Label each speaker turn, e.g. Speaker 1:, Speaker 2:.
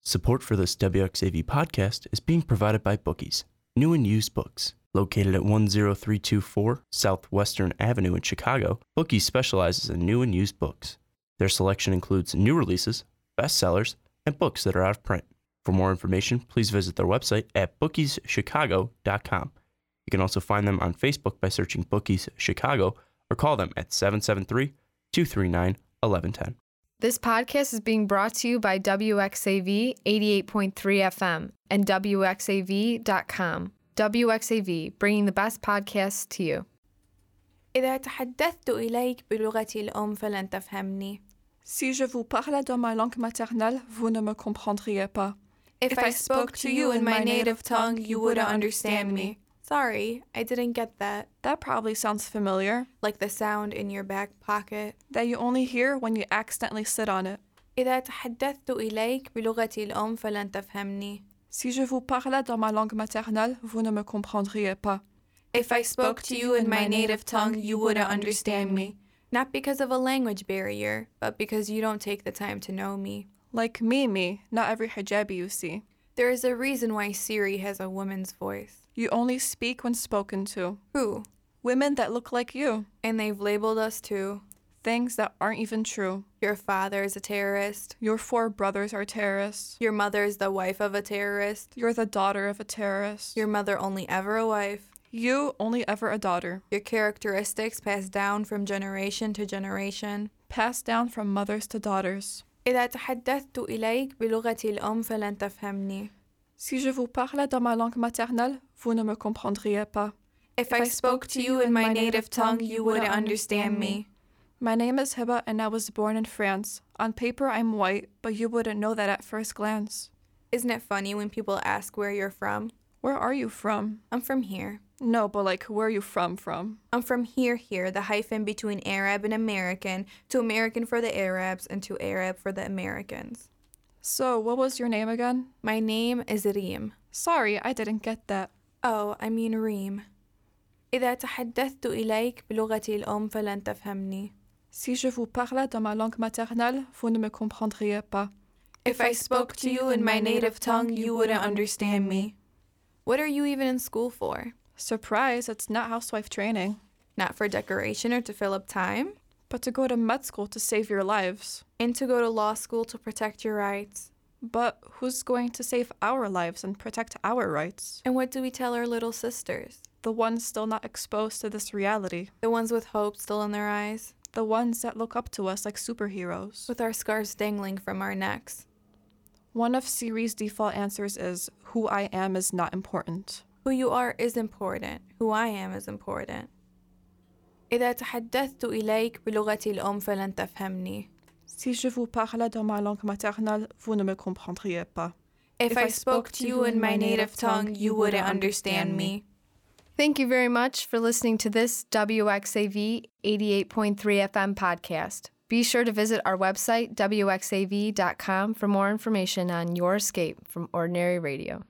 Speaker 1: Support for this WXAV podcast is being provided by Bookies, new and used books. Located at 10324 Southwestern Avenue in Chicago, Bookies specializes in new and used books. Their selection includes new releases, bestsellers, and books that are out of print. For more information, please visit their website at bookieschicago.com. You can also find them on Facebook by searching Bookies Chicago or call them at 773 239 1110.
Speaker 2: This podcast is being brought to you by WXAV 88.3 FM and WXAV.com. WXAV, bringing the best podcasts to you.
Speaker 3: إذا تحدثت إليك بلغتي الأم فلن تفهمني.
Speaker 4: Si je vous parlais dans ma langue maternelle, vous ne me comprendriez pas.
Speaker 3: If, I spoke to you in my native tongue, you wouldn't understand me. Sorry, I didn't get that.
Speaker 4: That probably sounds familiar,
Speaker 3: Like the sound in your back pocket.
Speaker 4: that you only hear when you accidentally sit on it.
Speaker 3: إذا تحدثت إليك بلغتي الأم فلن تفهمني.
Speaker 4: Si je vous parlais dans ma langue maternelle, vous ne me comprendriez pas.
Speaker 3: If I spoke to you in my native tongue, you wouldn't understand me. Not because of a language barrier, but because you don't take the time to know me.
Speaker 4: Like Mimi, not every hijabi you see.
Speaker 3: There is a reason why Siri has a woman's voice.
Speaker 4: You only speak when spoken to.
Speaker 3: Who?
Speaker 4: Women that look like you.
Speaker 3: And they've labeled us too.
Speaker 4: Things that aren't even true.
Speaker 3: Your father is a terrorist.
Speaker 4: Your four brothers are terrorists.
Speaker 3: Your mother is the wife of a terrorist.
Speaker 4: You're the daughter of a terrorist.
Speaker 3: Your mother only ever a wife.
Speaker 4: you only ever a daughter.
Speaker 3: Your characteristics passed down from generation to generation.
Speaker 4: Passed down from mothers to daughters.
Speaker 3: إذا تحدثت إليك بلغتي الأم فلن تفهمني.
Speaker 4: Si je vous parlais dans ma langue maternelle, vous ne me comprendriez pas.
Speaker 3: If I spoke to you in my native tongue, you wouldn't understand me.
Speaker 4: My name is Hiba and I was born in France. On paper, I'm white, but you wouldn't know that at first glance.
Speaker 3: Isn't it funny when people ask where you're from?
Speaker 4: Where are you from?
Speaker 3: I'm from here.
Speaker 4: No, but like, where are you from from?
Speaker 3: I'm from here, here, the hyphen between Arab and American, to American for the Arabs and to Arab for the Americans.
Speaker 4: So, what was your name again?
Speaker 3: My name is Reem.
Speaker 4: Sorry, I didn't get that.
Speaker 3: Oh, I mean Reem. إذا تحدثت إليك بلغتي الأم فلن تفهمني.
Speaker 4: Si je vous parlais dans ma langue maternelle, vous ne me comprendriez pas.
Speaker 3: If I spoke to you in my native tongue, you wouldn't understand me. What are you even in school for?
Speaker 4: Surprise, it's not housewife training,
Speaker 3: Not for decoration or to fill up time?
Speaker 4: but to go to med school to save your lives.
Speaker 3: And to go to law school to protect your rights?
Speaker 4: But who's going to save our lives and protect our rights?
Speaker 3: And what do we tell our little sisters?
Speaker 4: the ones still not exposed to this reality,
Speaker 3: The ones with hope still in their eyes,
Speaker 4: the ones that look up to us like superheroes.
Speaker 3: with our scarves dangling from our necks.
Speaker 4: One of Siri's default answers is who I am is not important.
Speaker 3: Who you are is important. Who I am is important. إذا تحدثت إليك بلغتي الأم فلن تفهمني.
Speaker 4: Si je vous parlais dans ma langue maternelle, vous ne me comprendriez pas.
Speaker 3: If I spoke to you in my native tongue, you wouldn't understand me.
Speaker 2: Thank you very much for listening to this WXAV 88.3 FM podcast. Be sure to visit our website, WXAV.com, for more information on your escape from ordinary radio.